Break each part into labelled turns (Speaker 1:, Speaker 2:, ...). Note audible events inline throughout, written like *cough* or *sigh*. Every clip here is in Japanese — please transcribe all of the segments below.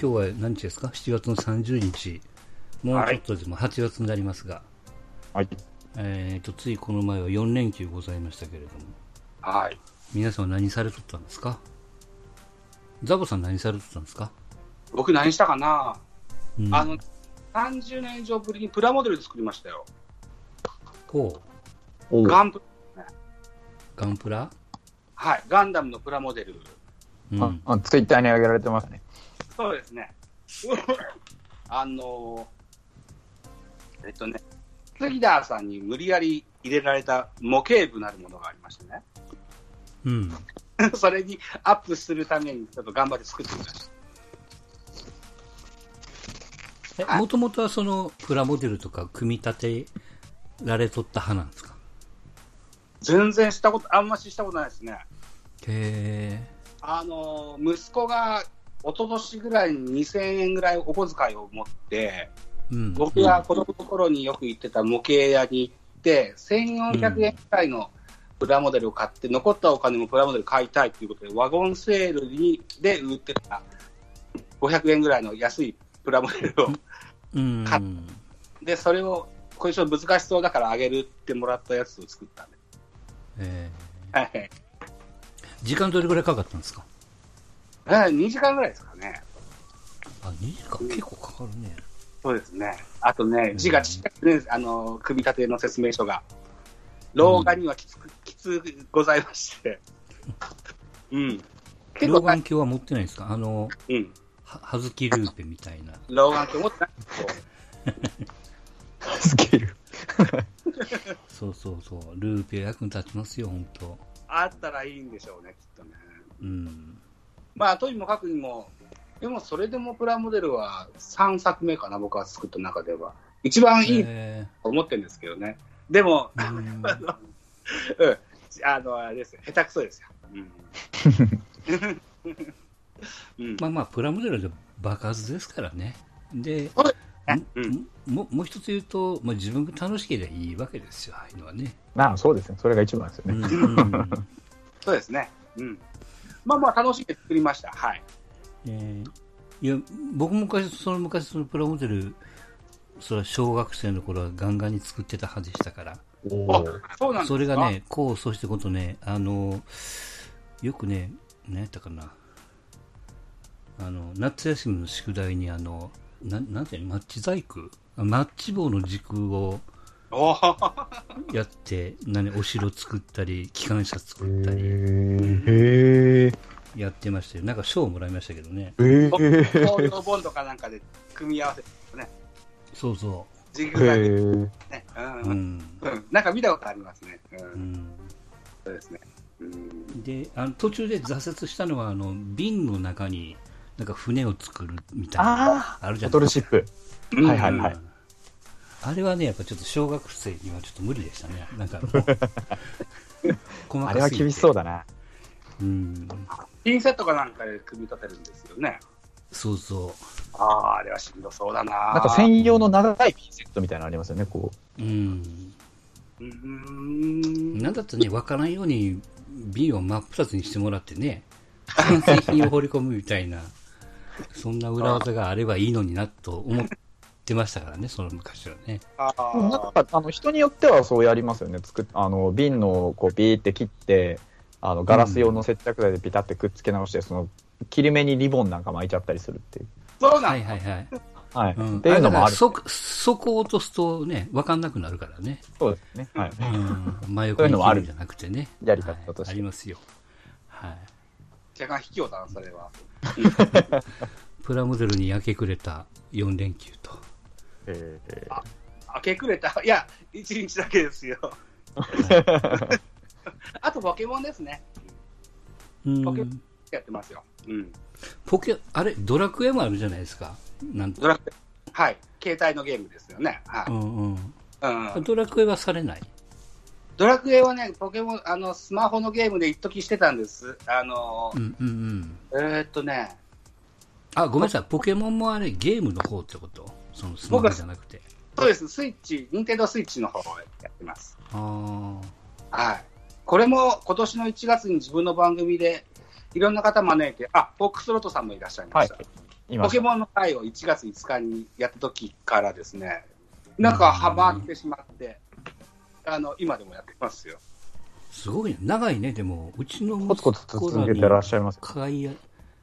Speaker 1: 今日は何日ですか ?7 月の30日。もうちょっとでも8月になりますが、
Speaker 2: はい。
Speaker 1: えー、とついこの前は4連休ございましたけれども、
Speaker 2: はい。
Speaker 1: 皆さんは何されとったんですかザボさん何されとったんですか、
Speaker 2: 僕何したかな、
Speaker 1: うん、
Speaker 2: あの、30年以上ぶりにプラモデル作りましたよ。
Speaker 1: こう、
Speaker 2: ガンプ、
Speaker 1: ガンプラ
Speaker 2: はい。ガンダムのプラモデル。
Speaker 1: うん。
Speaker 3: ああツイッターに上げられてますね。 *laughs*
Speaker 2: そうですね。 *laughs* あのーえっとね、杉田さんに無理やり入れられた模型部なるものがありましてね。 *laughs*
Speaker 1: うん。
Speaker 2: それにアップするためにちょっと頑張って作ってみました。
Speaker 1: え、もともとはそのプラモデルとか組み立てられとった派なんですか
Speaker 2: 全然したこと、あんまししたことないですね。
Speaker 1: へ
Speaker 2: あのー息子が一昨年ぐらいに2000円ぐらいお小遣いを持って、
Speaker 1: え。うん。
Speaker 2: 僕が子供の頃によく行ってた模型屋に行って、1400円くらいのプラモデルを買って、残ったお金もプラモデル買いたいということで、ワゴンセールにで売ってた500円ぐらいの安いプラモデ
Speaker 1: *laughs*
Speaker 2: ルを、
Speaker 1: うん。
Speaker 2: 買っで、それを、これちょっと難しそうだからあげるってもらったやつを作ったんで。
Speaker 1: え
Speaker 2: はい。
Speaker 1: え時間どれぐらいかかったんですか
Speaker 2: はい2時間ぐらいですかね。
Speaker 1: あ、2時間結構かかるね。
Speaker 2: そうですね。あとね
Speaker 1: う、ん
Speaker 2: 字がちっちゃくね、あの、組み立ての説明書が。老眼にはきつく、きつござい
Speaker 1: *laughs*
Speaker 2: まして。うん。結
Speaker 1: 老
Speaker 2: 構、
Speaker 1: 眼鏡は持ってないんですかあの、
Speaker 2: うん。
Speaker 1: は、はずきルーペみたいな。
Speaker 2: 老眼って思ってないけど
Speaker 3: スキル。
Speaker 1: そうそうそう。ルーペ役に立ちますよ、本当
Speaker 2: あったらいいんでしょうね、きっとね。
Speaker 1: うん。
Speaker 2: まあ、とにもかくにも、でもそれでもプラモデルは3作目かな、僕は作った中では。一番いいと
Speaker 1: え
Speaker 2: 思ってるんですけどね。でも、
Speaker 1: えうん
Speaker 2: あの、うん、あの、あれですよ下手くそですよ。
Speaker 1: *laughs*
Speaker 2: うん。うん
Speaker 1: まあまあ、プラモデルで爆発ですからね。で、
Speaker 2: うん
Speaker 1: んももう一つ言うと、まあ、自分が楽しければいいわけですよ、ああいうのはね。
Speaker 3: *laughs* まあそうですね。それが一番ですよ
Speaker 1: う
Speaker 3: ね。
Speaker 1: んうん
Speaker 2: そうですね。うん。まあまあ、楽しんで作りました。はい。
Speaker 1: えーいや僕も昔、その昔、そのプラモデル、それは小学生の頃はガンガンに作ってた派でしたから、
Speaker 3: おー
Speaker 2: そうなんですか
Speaker 1: それが。ね、こう、そしてことね、あの、よくね、何やったかな、あの、夏休みの宿題に、あの、ななんていうの、マッチ細工あマッチ棒の軸を
Speaker 2: おー
Speaker 1: やって、何、お城作ったり、機関車
Speaker 3: へ
Speaker 1: 作ったり、
Speaker 3: ーへ
Speaker 1: やってましたよ。なんか賞をもらいましたけどね。
Speaker 3: ー
Speaker 2: お
Speaker 3: へー
Speaker 2: 東洋ボンドかなんかで組み合わせてね。
Speaker 1: そうそ
Speaker 2: ジグザグ
Speaker 3: へー
Speaker 2: ね。
Speaker 1: う。
Speaker 2: う。
Speaker 1: うんん。
Speaker 2: うんなんか見たことありますね。う。
Speaker 1: うんん
Speaker 2: そうですね。うん。
Speaker 1: であの途中で挫折したのはあの瓶の中になんか船を作るみたいな
Speaker 3: あ
Speaker 1: あるじゃ
Speaker 3: ボ
Speaker 1: な
Speaker 3: ト
Speaker 1: いで
Speaker 3: ル
Speaker 1: す
Speaker 3: シップ。はいはい
Speaker 1: か
Speaker 3: はい。
Speaker 1: あれはねやっぱちょっと小学生にはちょっと無理でしたねなん
Speaker 3: *laughs*
Speaker 1: かもう細
Speaker 3: あ
Speaker 1: か
Speaker 3: れは厳しそう
Speaker 1: だ
Speaker 3: だな。
Speaker 1: うん
Speaker 2: ピンセットかなんかで組み立てるんですよね。
Speaker 1: そうそ
Speaker 2: ああ、あれはしんどそうだな。
Speaker 3: なんか専用の長いピンセットみたいなのありますよね、こ
Speaker 1: ううん
Speaker 2: うーん。
Speaker 1: なんだったらね分からんように瓶を真っ二つにしてもらってね完成品を放り込むみたいなそんな裏技があればいいのになと思ってましたからねその昔はね
Speaker 2: あ
Speaker 3: う。なん
Speaker 2: あ。
Speaker 3: かあの人によってはそうやりますよね。作っあの瓶のこうビーって切って、あのガラス用の接着剤でピタってくっつけ直して、その切り目にリボンなんか巻いちゃったりするっていう。
Speaker 2: そうな
Speaker 1: は
Speaker 2: ん
Speaker 1: いはいはい
Speaker 3: はい。
Speaker 1: うん
Speaker 3: っていうのも
Speaker 1: だ
Speaker 3: あ
Speaker 1: から
Speaker 3: る。
Speaker 1: そ、そこを落とすとね、わかんなくなるからね。
Speaker 3: そうですね。はい。
Speaker 1: うん。真
Speaker 3: そう
Speaker 1: 横
Speaker 3: いう
Speaker 1: に
Speaker 3: のも
Speaker 1: 切
Speaker 3: あ
Speaker 1: る
Speaker 3: る
Speaker 1: んじゃなくてね。
Speaker 3: やり方とし
Speaker 1: はい
Speaker 3: て
Speaker 1: ありますよ。はい。
Speaker 2: 若干卑怯だな、それは。
Speaker 1: プラモデルに焼けくれた4連休と。
Speaker 3: え
Speaker 2: 明け暮れた。いや、一日だけですよ。あとポケモンですね。
Speaker 1: う
Speaker 2: ポケ
Speaker 1: ん。
Speaker 2: やってますよ。うん。
Speaker 1: ポケ、あれ、ドラクエもあるじゃないですか。なん
Speaker 2: ドラクエ。はい。携帯のゲームですよね。は
Speaker 1: う
Speaker 2: い。
Speaker 1: んうん。
Speaker 2: うん。
Speaker 1: ドラクエはされない。
Speaker 2: ドラクエはね、ポケモン、あの、スマホのゲームで一時してたんです。あの
Speaker 1: う、んうんうん。
Speaker 2: えーっとね、
Speaker 1: あ、ごめんなさい。ポケモンもあれ、ゲームの方ってことそのスマホじゃなくて。
Speaker 2: そうです。スイッチ、ニンテンドースイッチの方をやってます。
Speaker 1: あ
Speaker 2: はい。これも今年の1月に自分の番組でいろんな方招いて、あ、フォックスロットさんもいらっしゃいました。
Speaker 3: はい今
Speaker 2: ポケモンの会を1月5日にやった時からですね、なんかハマってしまって、あの、今でもやってますよ。
Speaker 1: すごいね。長いね、でも、うちの息
Speaker 3: コツコツ
Speaker 1: 子
Speaker 3: 続けてらっしゃいます。
Speaker 1: 買いや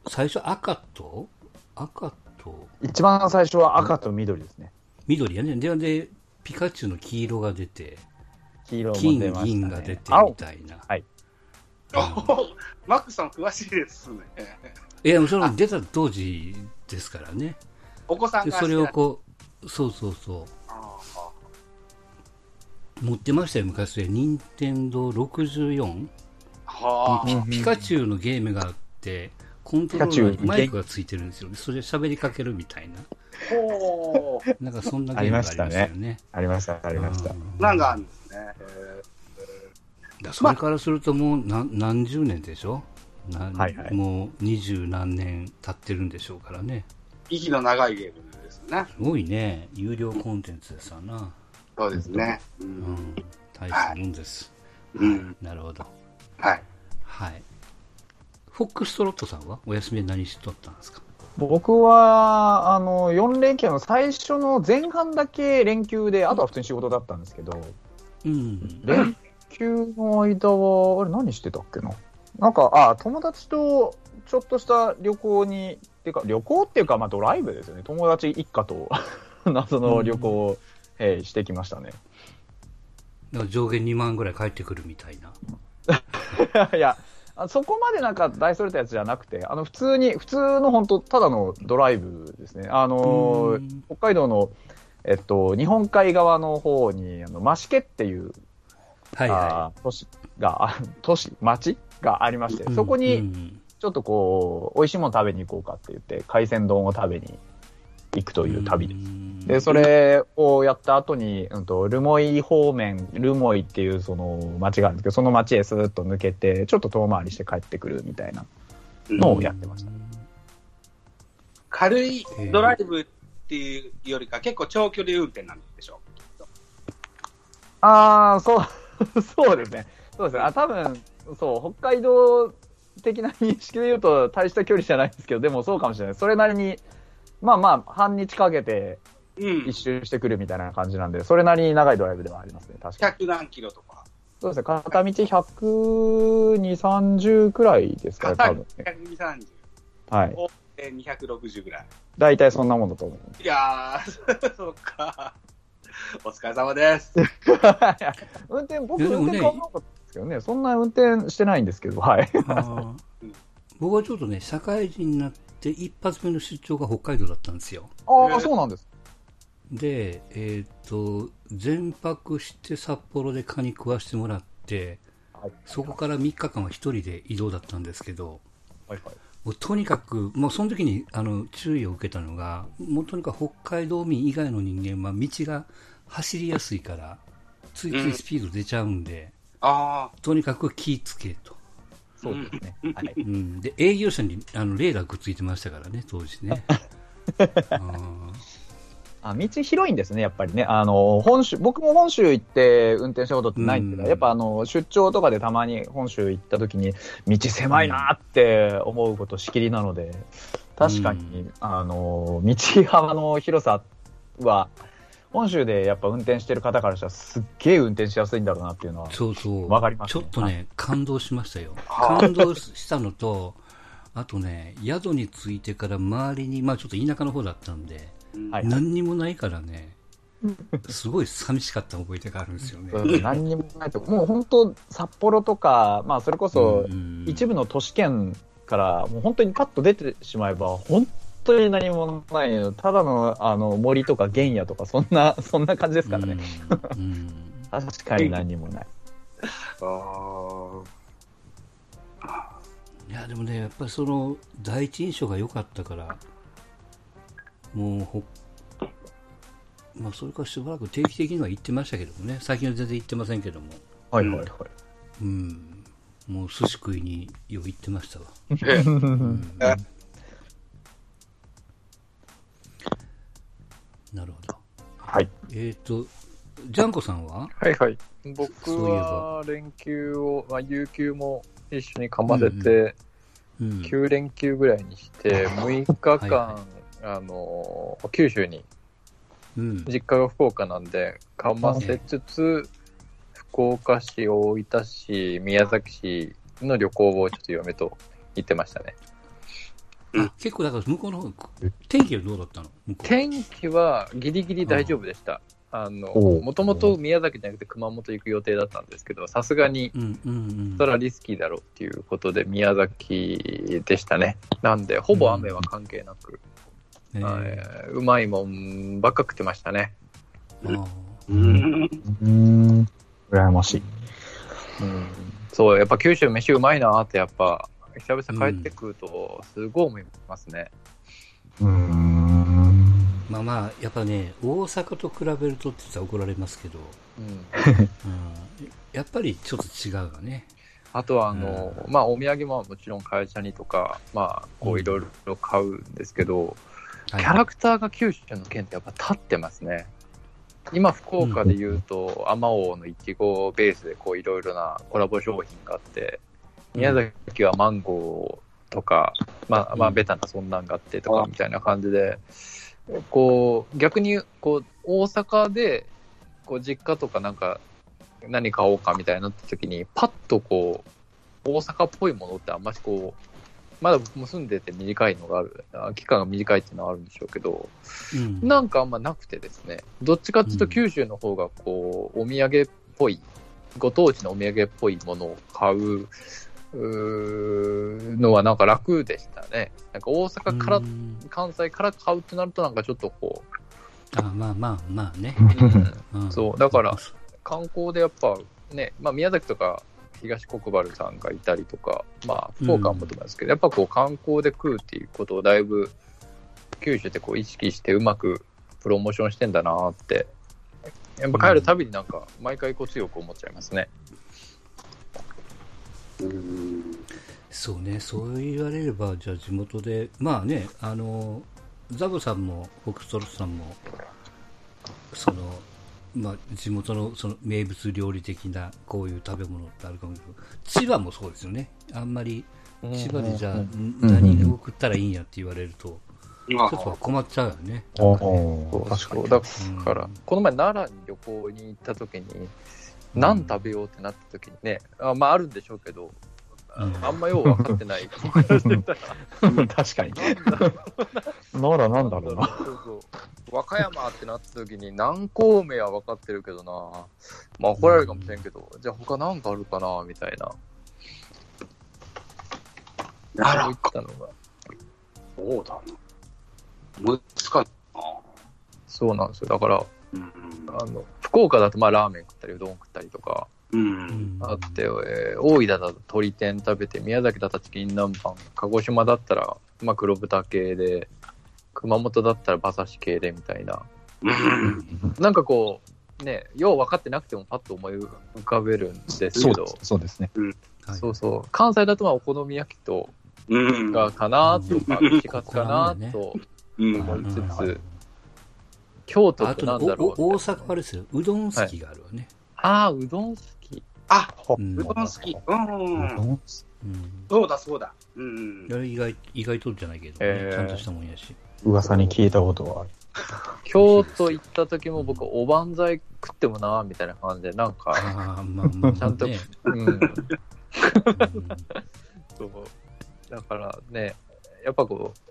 Speaker 1: 最初赤と、赤と、
Speaker 3: 一番最初は赤と緑ですね。
Speaker 1: 緑やね。で、でピカチュウの黄色が出て、
Speaker 3: 黄色も
Speaker 1: 金、
Speaker 3: 出ました、ね。
Speaker 1: 銀が出てみ
Speaker 3: 青
Speaker 1: たいな。
Speaker 2: マックさん詳しいですね。
Speaker 1: いや、その出た当時ですからね。
Speaker 2: お子さん
Speaker 1: で
Speaker 2: が
Speaker 1: それをこう、そうそうそ
Speaker 2: ああ
Speaker 1: う。持ってましたよ、昔で。任天堂64。
Speaker 2: はあ、
Speaker 1: ピカチュウのゲームがあって、コントロ
Speaker 3: ピカチュ
Speaker 1: ー
Speaker 3: ウ
Speaker 1: ラー
Speaker 3: に
Speaker 1: にマイクがついてるんですよね。それで喋りかけるみたい
Speaker 3: *laughs*
Speaker 1: な。
Speaker 2: ほう。
Speaker 1: なんかそんなゲームがありましたよね。
Speaker 3: ありました、あ
Speaker 1: あ
Speaker 3: りました。
Speaker 2: なんかあるんですね。へ
Speaker 1: だそれからするともう何何十年でしょな
Speaker 3: はいはい
Speaker 1: もう二十何年経ってるんでしょうからね。
Speaker 2: え息の長いゲームですね。
Speaker 1: すごいね。有料コンテンツですわな。
Speaker 2: そうですね。う。
Speaker 1: うんん。大したもんです。
Speaker 2: うん。
Speaker 1: なるほど。
Speaker 2: はい。
Speaker 1: はい。フォックストロットさんはお休みで何しとったんですか
Speaker 3: 僕は、あの、4連休の最初の前半だけ連休で、あとは普通に仕事だったんですけど、
Speaker 1: うん。
Speaker 3: 連休の間は、あれ何してたっけななんか、あ、友達とちょっとした旅行に、ってか、旅行っていうか、まあドライブですよね。友達一家と *laughs* 謎の旅行を、えーしてきましたね。
Speaker 1: だから上限2万ぐらい返ってくるみたいな。
Speaker 3: *laughs* いや、あそこまでなんか大それたやつじゃなくて、あの、普通に、普通の本当ただのドライブですね。あのー
Speaker 1: うん
Speaker 3: 北海道の、えっと、日本海側の方に、あの、増毛っていう、
Speaker 1: はいは
Speaker 3: あー都市が、 *laughs* あ都市、町がありまして、
Speaker 1: い。
Speaker 3: そこに、
Speaker 1: うんうん
Speaker 3: ちょっとこう、美味しいもの食べに行こうかって言って、海鮮丼を食べに行くという旅です。
Speaker 1: す
Speaker 3: で、それをやった後に、うんと、留萌方面、留萌っていうその町があるんですけど、その町へスーッと抜けて、ちょっと遠回りして帰ってくるみたいなのをやってました。
Speaker 2: 軽いドライブっていうよりか、結構長距離運転なんでしょ
Speaker 3: ああ、そう、 *laughs* そうですね。そうですね。あ、多分、そう、北海道的な認識で言うと、大した距離じゃないんですけど、でもそうかもしれない。それなりに、まあまあ、半日かけて
Speaker 2: う。うん
Speaker 3: 一。周してくるみたいな感じなんで、それなりに長いドライブではありますね。確かに。
Speaker 2: 100何キロとか。
Speaker 3: そうですね。片道120、30くらいですかね、多分 *laughs* ね。
Speaker 2: 120、30。
Speaker 3: はい。
Speaker 2: で、260ぐらい。
Speaker 3: 大体そんなもんだと思う。
Speaker 2: いやー、 *laughs* そっか。お疲れ様です。
Speaker 3: 運転、僕、
Speaker 1: いやでも
Speaker 3: 運
Speaker 1: ね
Speaker 3: 転変わんなかったですけどね。そんな運転してないんですけど、はい。 *laughs*
Speaker 1: あー僕はちょっとね、社会人になって一発目の出張が北海道だったんですよ。
Speaker 3: ああ、そうなんです。
Speaker 1: で、えーっ、と、全泊して札幌でカニ食わしてもらって、
Speaker 3: はい。
Speaker 1: そこから3日間は一人で移動だったんですけど、
Speaker 3: はいはい。
Speaker 1: もうとにかく、もうその時にあの注意を受けたのが、もうとにかく北海道民以外の人間は道が走りやすいから、ついついスピード出ちゃうんで、
Speaker 2: あ
Speaker 1: とにかく気つけと。
Speaker 3: そうですね。はい。
Speaker 1: うん、で営業者にあのレーダーくっついてましたからね、当時
Speaker 3: *laughs*
Speaker 1: ね。あー
Speaker 3: あ道広いんですね、やっぱりね、あの本州僕も本州行って運転したことってないんですけど、
Speaker 1: うん
Speaker 3: やっぱあの出張とかでたまに本州行った時に、道狭いなーって思うことしきりなので、確かに、
Speaker 1: うん
Speaker 3: あの道幅の広さは、本州でやっぱ運転してる方からしたら、すっげえ運転しやすいんだろうなっていうのは、
Speaker 1: そうそう、
Speaker 3: わかります
Speaker 1: ちょっとね、感動しましたよ。
Speaker 2: はあ
Speaker 1: 感動したのと、あとね、宿に着いてから周りに、まあちょっと田舎の方だったんで、
Speaker 2: ー。
Speaker 3: はい
Speaker 1: 何にもないからね、すごい寂しかった覚えてがあるんですよね。 *laughs*
Speaker 3: うん何にもないと、もう本当、札幌とか、まあ、それこそ
Speaker 1: ん
Speaker 3: 一部の都市圏からもう本当にパッと出てしまえば本当に何もないのただのあの森とか原野とかそんな *laughs* そんな感じですからね、。
Speaker 1: うんうん
Speaker 3: 確かに何もない
Speaker 2: あー
Speaker 1: いやでもねやっぱりその第一印象が良かったからもうほ、まあ、それからしばらく定期的には行ってましたけどもね最近は全然行ってませんけども
Speaker 3: はい
Speaker 2: はいはい
Speaker 1: うんもう寿司食いによく行ってましたわ、
Speaker 2: え
Speaker 1: うん
Speaker 2: え
Speaker 1: なるほど
Speaker 3: はい
Speaker 1: えっ、とジャンコさんは
Speaker 4: はいはい。
Speaker 1: そ
Speaker 4: 僕
Speaker 1: ういえば
Speaker 4: は連休を、まあ、有給も一緒にかまれて、
Speaker 1: うん
Speaker 4: 9連休ぐらいにして、6日
Speaker 1: はいは
Speaker 4: 間あのー九州に、
Speaker 1: うん。
Speaker 4: 実家が福岡なんで、かませつつ、福岡市、大分市、宮崎市の旅行をちょっと嫁と行ってましたね。
Speaker 1: あ結構だから向こうの方、天気はどうだったの向こう。
Speaker 4: 天気はギリギリ大丈夫でした。あの、
Speaker 3: おう
Speaker 4: もともと宮崎じゃなくて熊本行く予定だったんですけど、さすがに、
Speaker 1: うんうんうん。
Speaker 4: それはリスキーだろうっていうことで、宮崎でしたね。なんで、ほぼ雨は関係なく、
Speaker 1: え
Speaker 4: は
Speaker 1: ー
Speaker 4: い、うまいもんばっか食ってましたね。
Speaker 1: あー
Speaker 2: うん。
Speaker 3: うん。羨ましい。
Speaker 4: うん、そう、やっぱ九州飯うまいなって、やっぱ、久々帰ってくると、すごい思いますね。
Speaker 3: うん。
Speaker 1: まあまあ、やっぱね、大阪と比べるとって言ったら怒られますけど、
Speaker 4: うん
Speaker 1: うん、やっぱりちょっと違うわね。
Speaker 4: あとは、あの、まあ、お土産ももちろん会社にとか、まあ、こ
Speaker 1: う
Speaker 4: う、
Speaker 1: ん
Speaker 4: いろいろ買うんですけど、
Speaker 1: はい
Speaker 4: キャラクターが九州の県ってやっぱ立ってますね。今、福岡で言うと、アマオのいちごベースでこういろいろなコラボ商品があって、宮崎はマンゴーとか、まあ、まあ、
Speaker 1: うん
Speaker 4: ベタなそんなんがあってとか
Speaker 2: あ
Speaker 4: みたいな感じで、こう、逆に、こう、大阪で、こう、実家とかなんか、何買おうかみたいになった時に、パッとこう、大阪っぽいものってあんましこう、まだ僕も住んでて短いのがある、あ期間が短いっていうのはあるんでしょうけど、
Speaker 1: うん
Speaker 4: なんかあんまなくてですね、どっちかっていうと九州の方がこう、お土産っぽい、ご当地のお土産っぽいものを買う、うーのはなんか楽でしたね。なんか大阪から、
Speaker 1: うん
Speaker 4: 関西から買うってなるとなんかちょっとこ
Speaker 1: あまあまあまあね。 *laughs*
Speaker 4: う、うん
Speaker 1: うん
Speaker 4: そう、だから、観光でやっぱね、まあ、宮崎とか東国原さんがいたりとか、まあ、福岡もと思いますけど、やっぱこう観光で食うっていうことをだいぶ九州ってこう意識してうまくプロモーションしてんだなってやっぱ帰るたびになんか毎回こう強く思っちゃいますね。
Speaker 1: そうね、そう言われれば、じゃあ地元で、まあね、あの、ザボさんも、フォックストロットさんも、その、まあ、地元のその名物料理的なこういう食べ物ってあるかもしれないけど千葉もそうですよねあんまり千葉でじゃあん何を食ったらいいんやって言われると
Speaker 2: ま
Speaker 1: ちょっと
Speaker 2: あ、
Speaker 1: 困っちゃうよね
Speaker 3: あ
Speaker 4: そう
Speaker 3: あ、確か
Speaker 4: そう
Speaker 3: に。
Speaker 1: う
Speaker 4: だ
Speaker 1: ん
Speaker 4: から、この前奈良に旅行に行った時に、何食べようってなった時にね、あまああるんでしょうけど、あ
Speaker 1: うん
Speaker 4: のあんまよう分かってない。
Speaker 3: 確かに。ならなんだろうな。
Speaker 4: そうそう和歌山ってなった時に南高梅は分かってるけどなまあ怒られるかもしれんけど、じゃあ他なんかあるかなみたいな
Speaker 2: な
Speaker 4: そうい
Speaker 2: ら
Speaker 4: っ、たのが
Speaker 2: そうだな。思いつかないな。
Speaker 4: そうなんですよだから
Speaker 2: うん
Speaker 4: あの福岡だとまあラーメン食ったりうどん食ったりとか
Speaker 2: う。
Speaker 1: うんん
Speaker 4: あって、えー大分だと鶏天食べて宮崎だったらチキン南蛮鹿児島だったらまあ黒豚系で熊本だったら馬刺し系でみたいな
Speaker 2: うん
Speaker 4: なんかこうねよう分かってなくてもパッと思い浮かべるんですけど
Speaker 3: そうですね。
Speaker 1: はい
Speaker 4: そうそう。関西だとまあお好み焼きと
Speaker 2: うん。
Speaker 4: かかなとか、
Speaker 2: うん
Speaker 4: 串カツかなと、
Speaker 2: うん。
Speaker 4: 思いつつ
Speaker 1: うん
Speaker 4: 京都
Speaker 1: あ
Speaker 4: って
Speaker 1: と
Speaker 4: なんだ
Speaker 1: お
Speaker 4: ろう
Speaker 1: お大
Speaker 4: みたいな
Speaker 1: 阪はあれですようどん好きがあるわね、
Speaker 4: ああ、うどん好き。
Speaker 2: あ、
Speaker 1: うん
Speaker 2: うどん好き。うん。
Speaker 1: うん
Speaker 2: そうだ、そうだ。うん
Speaker 1: あ。れ意外意外とじゃないけど、ね
Speaker 4: えー
Speaker 1: ちゃんとしたもんやし
Speaker 3: 噂に聞いたことはある。
Speaker 4: 京都行った時も僕、おばんざい食ってもな、みたいな感じで、なんか、
Speaker 1: ああまあまあ、ね、
Speaker 4: ちゃんと
Speaker 1: うん、
Speaker 4: うん、そう。だからね、やっぱこう、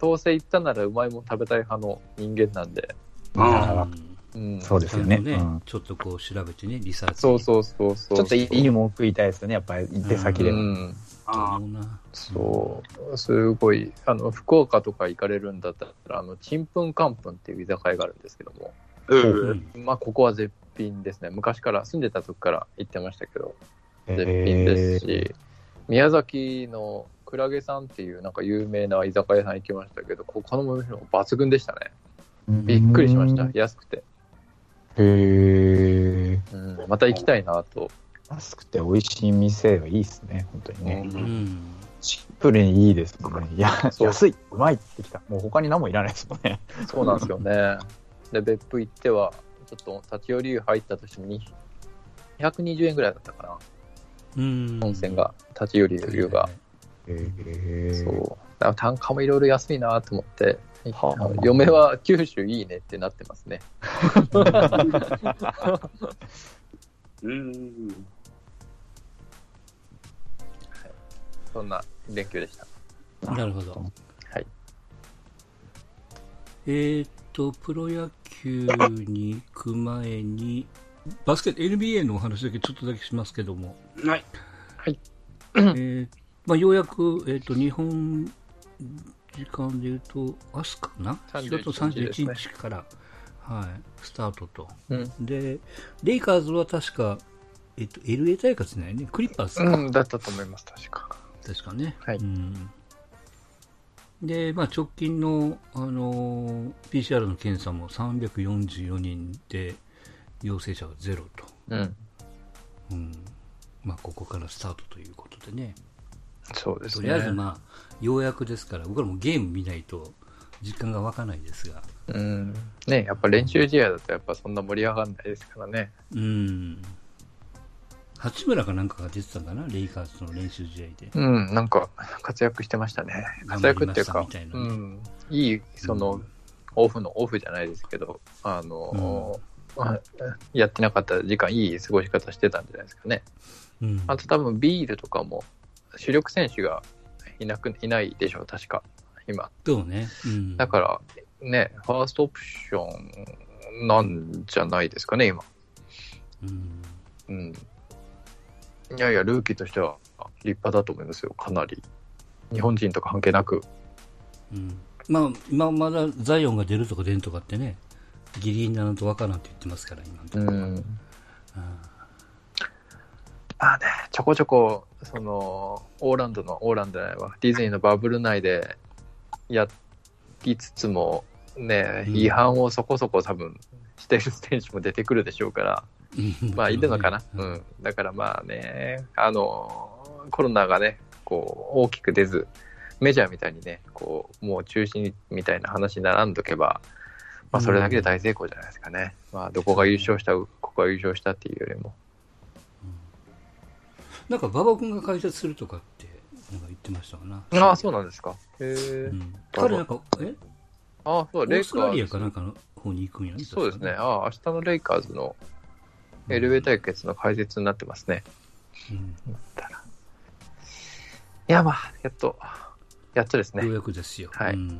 Speaker 4: どうせ行ったならうまいもん食べたい派の人間なんで、
Speaker 2: うん。
Speaker 4: うん。
Speaker 3: そうで
Speaker 1: ち
Speaker 3: す
Speaker 1: ゃ
Speaker 3: よ
Speaker 1: んとね、
Speaker 3: ね。うん
Speaker 1: ちょっとこう調べてねリサーチ
Speaker 4: そうそうそうそう。
Speaker 3: ちょっといいもん食いたいですよね、やっぱり出先で
Speaker 4: う
Speaker 3: は。
Speaker 4: ん。
Speaker 1: だ
Speaker 2: あ
Speaker 1: ろうな
Speaker 4: そう、すごい、あの、福岡とか行かれるんだったら、あの、ちんぷんかんぷんっていう居酒屋があるんですけども、
Speaker 2: う。
Speaker 1: うんん
Speaker 4: まあ、ここは絶品ですね。昔から、住んでた時から行ってましたけど、絶品で
Speaker 3: え
Speaker 4: すし、宮崎のクラゲさんっていう、なんか有名な居酒屋さん行きましたけど、ここのお店も抜群でしたね。びっくりしました。安くて。
Speaker 3: へえ。
Speaker 4: うん、また行きたいなと。
Speaker 3: 安くて美味しい店はいいですね、本当にね。
Speaker 1: う
Speaker 2: うん
Speaker 1: ん
Speaker 3: シンプルにいいですもんね。いや、
Speaker 4: そう
Speaker 3: 安い、うまいってきた。もう他に何もいらないですもんね。
Speaker 4: そうなんですよね。で、別府行っては、ちょっと立ち寄り湯入ったとしても、220円ぐらいだったかな。
Speaker 1: うん
Speaker 4: 温泉が、立ち寄り湯が。
Speaker 3: へえ
Speaker 4: そう。だから単価もいろいろ安いなと思って、
Speaker 3: はあ
Speaker 4: 嫁は九州いいねってなってますね。
Speaker 2: うん。
Speaker 4: そんな連休でした。
Speaker 1: なるほど。
Speaker 4: はい。
Speaker 1: えーっと、プロ野球に行く前に、バスケット、NBA のお話だけちょっとだけしますけども、
Speaker 2: はい。
Speaker 1: えーまあ、ようやく、えーっと、日本時間で言うと、明日かな ?4
Speaker 4: 31
Speaker 1: 月
Speaker 4: です
Speaker 1: 31
Speaker 4: ね
Speaker 1: 日から、はい、スタートと。
Speaker 4: うん、
Speaker 1: で、レイカーズは確か、えっと、LA 大会じゃないね、クリッパーズか。
Speaker 4: うん、だったと思います、確か。
Speaker 1: ですかね。
Speaker 4: はい
Speaker 1: うん、で、まあ、直近の、あのー PCR の検査も344人で陽性者はゼロと、
Speaker 4: うん、
Speaker 1: うんまあ、ここからスタートということでね、
Speaker 4: そうです
Speaker 1: と
Speaker 4: ね。
Speaker 1: りあえず、まあ、ようやくですから、僕らもゲーム見ないと実感が湧かないですが、
Speaker 4: うん、ね、やっぱ練習試合だとやっぱそんな盛り上がらないですからね。
Speaker 1: うん、八村かなんかが出てたんだな、レイカーズの練習試合で。
Speaker 4: うん、なんか活躍してましたね。
Speaker 1: 頑
Speaker 4: 活
Speaker 1: 張り
Speaker 4: 躍っ
Speaker 1: ま
Speaker 4: て
Speaker 1: し
Speaker 4: いう
Speaker 1: た
Speaker 4: か
Speaker 1: みたい、な
Speaker 4: う
Speaker 1: ね
Speaker 4: ん、いい、その、
Speaker 1: うん
Speaker 4: オフの、オフじゃないですけど、あの、あやってなかった時間、いい過ごし方してたんじゃないですかね。
Speaker 1: うん
Speaker 4: あと多分ビールとかも、主力選手がいなく、いないでしょう、確か、今。
Speaker 1: そうね、うん、
Speaker 4: だから、ね、ファーストオプションなんじゃないですかね、今。
Speaker 1: うん
Speaker 4: うん。いやいや、ルーキーとしては立派だと思いますよ、かなり。日本人とか関係なく。
Speaker 1: うんまあ、今まだザイオンが出るとか出んとかってね、ギリギリなのとわからんって言ってますから、今のところ。
Speaker 4: ん。
Speaker 1: うん
Speaker 4: まあね、ちょこちょこ、その、オーランドの、オーランドじゃないわ、ディズニーのバブル内でやりつつも、ね、
Speaker 1: うん
Speaker 4: 違反をそこそこ多分してる選手も出てくるでしょうから、まあいるのかな。う。ん。だからまあね、あの、コロナがね、こう、大きく出ず、メジャーみたいにね、こう、もう中止みたいな話にならんとけば、まあそれだけで大成功じゃないですかね。まあどこが優勝した、ここが優勝したっていうよりも。
Speaker 1: なんか、馬場君が解説するとかって、なんか言ってましたかな。
Speaker 4: ああ、そうなんですか。へ
Speaker 1: う
Speaker 4: え。
Speaker 1: ん彼、なんか、え
Speaker 4: ああ、そ
Speaker 1: オ
Speaker 4: う、レ
Speaker 1: ー
Speaker 4: イ
Speaker 1: ス
Speaker 4: カ
Speaker 1: トラリア
Speaker 4: ーズ。
Speaker 1: かなんかの方に行くんやね。
Speaker 4: そうですね。
Speaker 1: 確か
Speaker 4: ああ、明日のレイカーズの
Speaker 1: ね
Speaker 4: LA 対決の解説になってますね。
Speaker 1: うん
Speaker 4: いや、まあ、やっと、やっとです
Speaker 1: よう
Speaker 4: ね。
Speaker 1: やくですよ。
Speaker 4: はい
Speaker 1: うん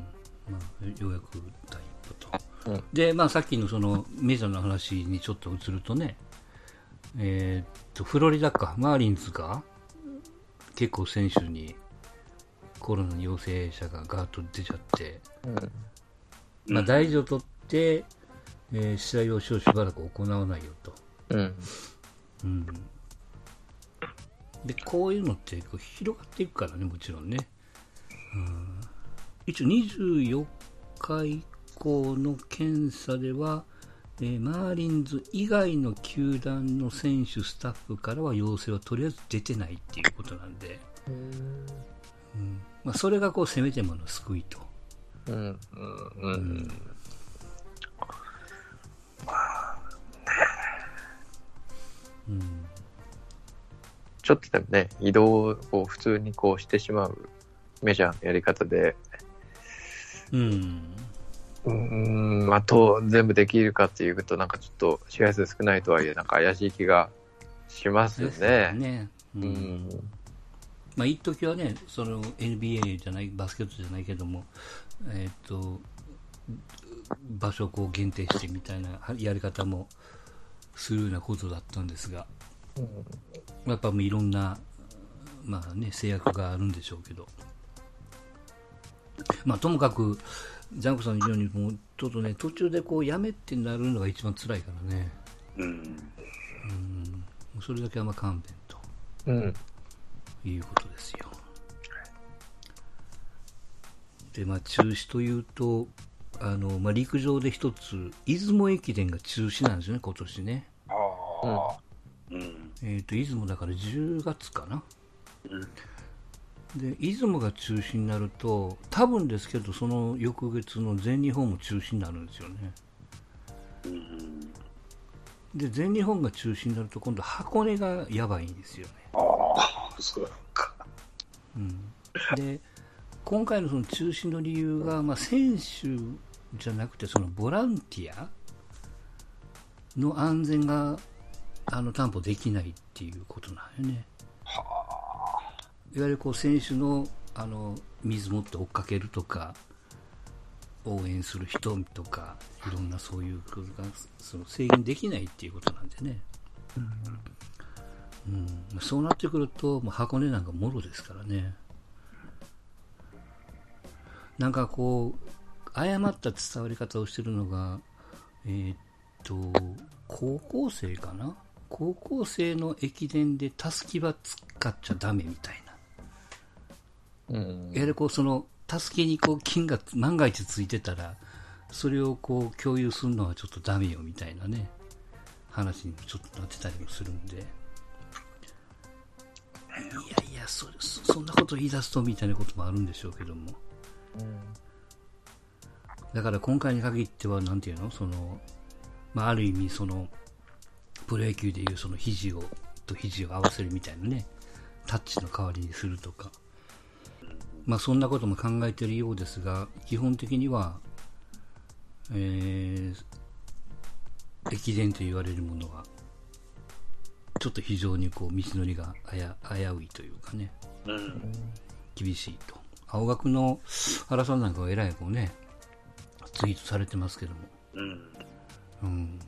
Speaker 1: まあ、ようやく第一歩と。
Speaker 4: うん
Speaker 1: で、まあ、さっきのそのメジャーの話にちょっと移るとね、えーっと、フロリダか、マーリンズか、結構選手にコロナの陽性者がガーッと出ちゃって、
Speaker 4: うん
Speaker 1: まあ、大事を取って、えー試合をしばらく行わないよと。
Speaker 4: うん。
Speaker 1: うんでこういうのってこう広がっていくからね、もちろんね。うん、一応、24日以降の検査では、えーマーリンズ以外の球団の選手、スタッフからは要請はとりあえず出てないっていうことなんで、うんまあ、それがこうせめてもの救いと。
Speaker 4: うんうんうん
Speaker 1: うん
Speaker 4: ちょっとでもね、移動をこう普通にこうしてしまうメジャーのやり方で、
Speaker 1: うん
Speaker 4: うーん、まあ、と全部できるかっていうと、なんかちょっと試合数少ないとはいえ、なんか怪しい気がしますよ
Speaker 1: ですから
Speaker 4: ね。
Speaker 1: ね。う
Speaker 4: うんん、
Speaker 1: まあ、一時はね、その NBA じゃない、バスケットじゃないけども、えーっと、場所をこう限定してみたいなやり方もするようなことだったんですが、やっぱもういろんな、まあね、制約があるんでしょうけど、まあ、ともかく、ジャンコさんのように、もうちょっとね、途中でこうやめってなるのが一番辛いからね、
Speaker 2: うん。
Speaker 1: うん、もうそれだけはまあ勘弁と。
Speaker 4: うん、
Speaker 1: いうことですよ。で、まあ、中止というと、あの、まあ、陸上で一つ、出雲駅伝が中止なんですよね、今年ね。
Speaker 2: ああ。うん。
Speaker 1: えっ、と、出雲だから10月かな。で、出雲が中止になると、多分ですけど、その翌月の全日本も中止になるんですよね。
Speaker 2: うん。
Speaker 1: で、全日本が中止になると、今度箱根がやばいんですよね。
Speaker 2: ああ、そうか。
Speaker 1: うんで今回のその中止の理由が、まあ、選手じゃなくてそのボランティアの安全があの担保できないっていうことなんよね。いわゆるこう選手のあの水持って追っかけるとか応援する人とかいろんなそういうことがその制限できないっていうことなんでね、うんまあそうなってくるともう箱根なんかもろですからねなんかこう誤った伝わり方をしてるのがえーっと高校生かな高校生の駅伝でたすきは使っちゃダメみたいな
Speaker 4: うん
Speaker 1: やはりこうその助けにこう金が万が一ついてたらそれをこう共有するのはちょっとダメよみたいなね話にちょっとなってたりもするんでいやいやそそそんなこと言い出すとみたいなこともあるんでしょうけどもだから今回に限ってはなんていうのその、まあ、ある意味そのプロ野球でいうその肘をと肘を合わせるみたいなねタッチの代わりにするとかまあ、そんなことも考えているようですが、基本的には、えー、駅伝と言われるものは、ちょっと非常にこう道のりが危危ういというかね、
Speaker 2: うん。
Speaker 1: 厳しいと。青学の原さんなんかはえらいこうね、ツイートされてますけども、
Speaker 2: うん。
Speaker 1: うん、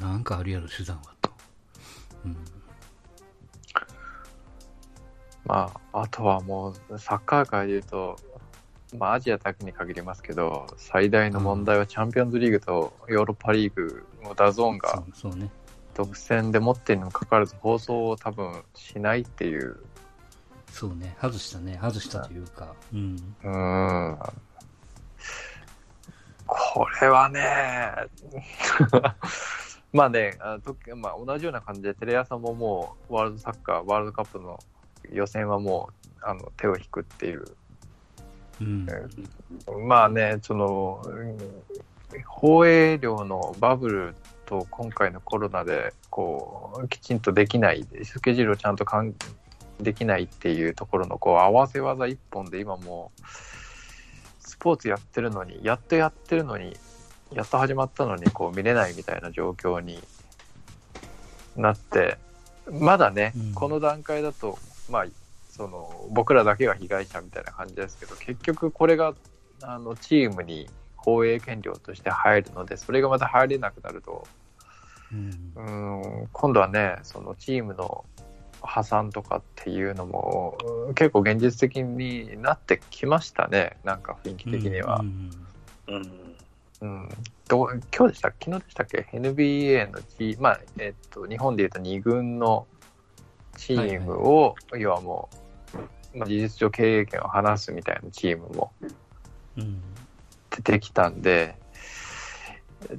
Speaker 1: なんかあるやろ、手段はと。
Speaker 4: まあ、あとはもう、サッカー界で言うと、まあ、アジアだけに限りますけど、最大の問題はチャンピオンズリーグとヨーロッパリーグのダゾーンが
Speaker 1: そうそうね。
Speaker 4: 独占で持っているにもかかわらず放送を多分しないっていう、
Speaker 1: そうね。外したね。外したというか、うん。
Speaker 4: うーん。これはね、 *laughs* まあね、あとまあ、同じような感じでテレ朝ももうワールドサッカー、ワールドカップの予選はもうあの手を引くっていう
Speaker 1: うん。
Speaker 4: まあね、その、うん放映量のバブルと今回のコロナで、こう、きちんとできない、スケジュールをちゃんとかんできないっていうところの、こう、合わせ技一本で今もう、スポーツやってるのに、やっとやってるのに、やっと始まったのに、こう、見れないみたいな状況になって、まだね、
Speaker 1: うん
Speaker 4: この段階だと、まあ、その僕らだけが被害者みたいな感じですけど結局これがあのチームに放映権料として入るのでそれがまた入れなくなると
Speaker 1: うん
Speaker 4: うーん今度はねそのチームの破産とかっていうのもうん結構現実的になってきましたねなんか雰囲気的には
Speaker 1: う。ん
Speaker 2: うん。
Speaker 4: うんどう今日でしたっけ昨日でしたっけ ?NBA のチーム、まあ、えっと、日本でいうと2軍のチームを、要はもう、まあ事実上経営権を離すみたいなチームも
Speaker 1: うんうん
Speaker 4: 出てきたんで、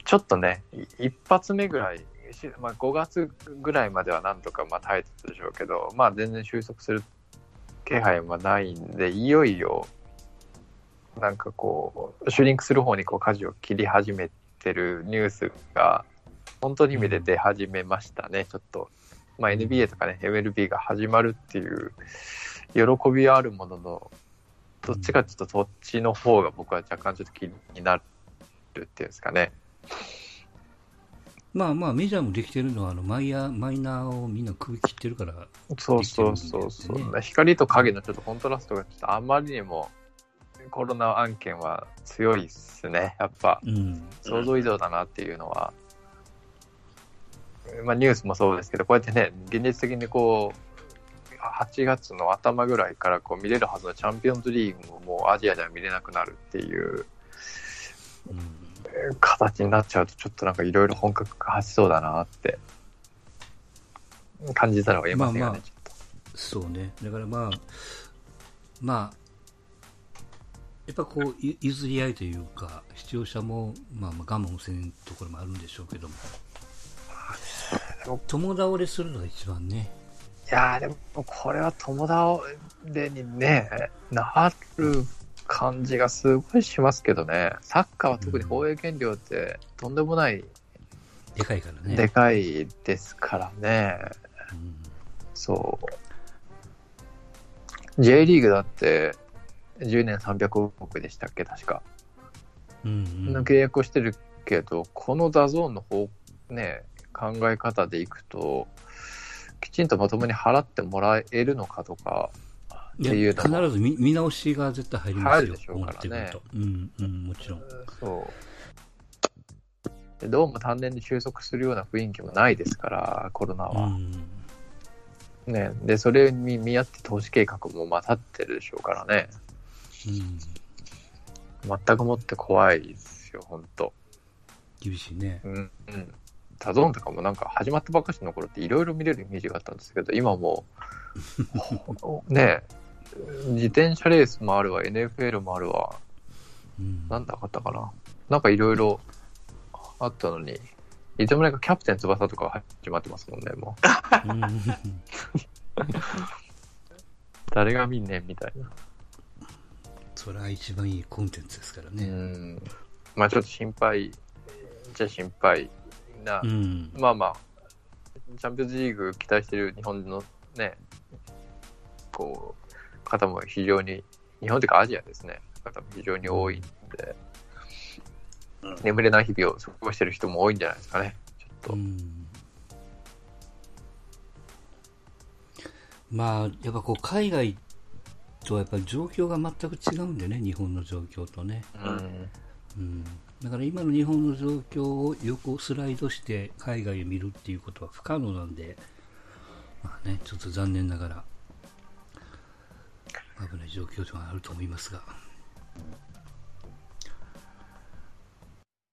Speaker 4: ちょっとね、い一発目ぐらい、しまあ、5月ぐらいまではなんとかまあ耐えてたでしょうけど、まあ、全然収束する気配はないんで、いよいよ、なんかこう、シュリンクする方にこう舵を切り始めてるニュースが、本当に意味で出始めましたね、ちょっと。まあ、NBA とかね、MLB が始まるっていう、喜びはあるものの、どっちかちょっとそっちの方が僕は若干ちょっと気になるっていうんですかね。
Speaker 1: まあまあメジャーもできてるのはあのマイヤーマイナーをみんな首切ってるから、
Speaker 4: そうそうそうそう、
Speaker 1: できてるんですよね
Speaker 4: 光と影のちょっとコントラストがちょっとあまりにもコロナ案件は強いっすね。やっぱ
Speaker 1: うん、
Speaker 4: 想像以上だなっていうのは。まあニュースもそうですけど、こうやってね、現実的にこう、8月の頭ぐらいからこう見れるはずのチャンピオンズリーグももうアジアでは見れなくなるっていう
Speaker 1: うん、
Speaker 4: 形になっちゃうと、ちょっとなんかいろいろ本格化しそうだなって、感じたら言えませんよね、
Speaker 1: まあまあ
Speaker 4: ちょっと。
Speaker 1: そうねだからまあまあやっぱこうゆ譲り合いというか視聴者も、まあ、まあ我慢せんところもあるんでしょうけども友倒れするのが一番ね
Speaker 4: いやー、でもこれは友倒れにね、なる感じがすごいしますけどね。サッカーは特に放映権料ってとんでもない、
Speaker 1: でかいからね
Speaker 4: でかいですからね。
Speaker 1: うん
Speaker 4: そう。J リーグだって、 10年300億でしたっけ、確か。
Speaker 1: うん
Speaker 4: の契約をしてるけど、このダゾーンの方、ね、考え方でいくと、きちんとまともに払ってもらえるのかとか、
Speaker 1: いや
Speaker 4: っていうのも
Speaker 1: 必ず見見直しが絶対入ります
Speaker 4: 入る
Speaker 1: よ
Speaker 4: でしょうからね
Speaker 1: こなってくるとうんうんもちろん
Speaker 4: そう。でどうも単年で収束するような雰囲気もないですから、コロナ
Speaker 1: う
Speaker 4: は。
Speaker 1: ん
Speaker 4: ね、で、それに見合って投資計画もまあ立ってるでしょうからね。
Speaker 1: うん
Speaker 4: 全くもって怖いですよ、本当
Speaker 1: 厳しいね
Speaker 4: うん。うん。ダゾーンとかもなんか始まったばっかしの頃っていろいろ見れるイメージがあったんですけど、今もう、ね自転車レースもあるわ、NFL もあるわ、
Speaker 1: うん
Speaker 4: なんだかあったかな。なんかいろいろあったのに、いつもなんかキャプテン翼とか始まってますもんね、もう。
Speaker 1: うん
Speaker 4: 誰が見んねんみたいな。
Speaker 1: それは一番いいコンテンツですから
Speaker 4: う
Speaker 1: ね
Speaker 4: ん。まあちょっと心配、じゃ心配な
Speaker 1: う、ん
Speaker 4: まあまあ、チャンピオンズリーグ期待してる日本のね、こう、方も非常に、日本というかアジアですね、方も非常に多いんで、眠れない日々を過ごしてる人も多いんじゃないですかね、ちょ
Speaker 1: う
Speaker 4: っ
Speaker 1: んまあやっぱこう海外とはやっぱり状況が全く違うんでね日本の状況とね、
Speaker 4: と。うん。
Speaker 1: うん、だから今の日本の状況を横スライドして海外を見るっていうことは不可能なんで、まあね、ちょっと残念ながら危ない状況ではあると思いますが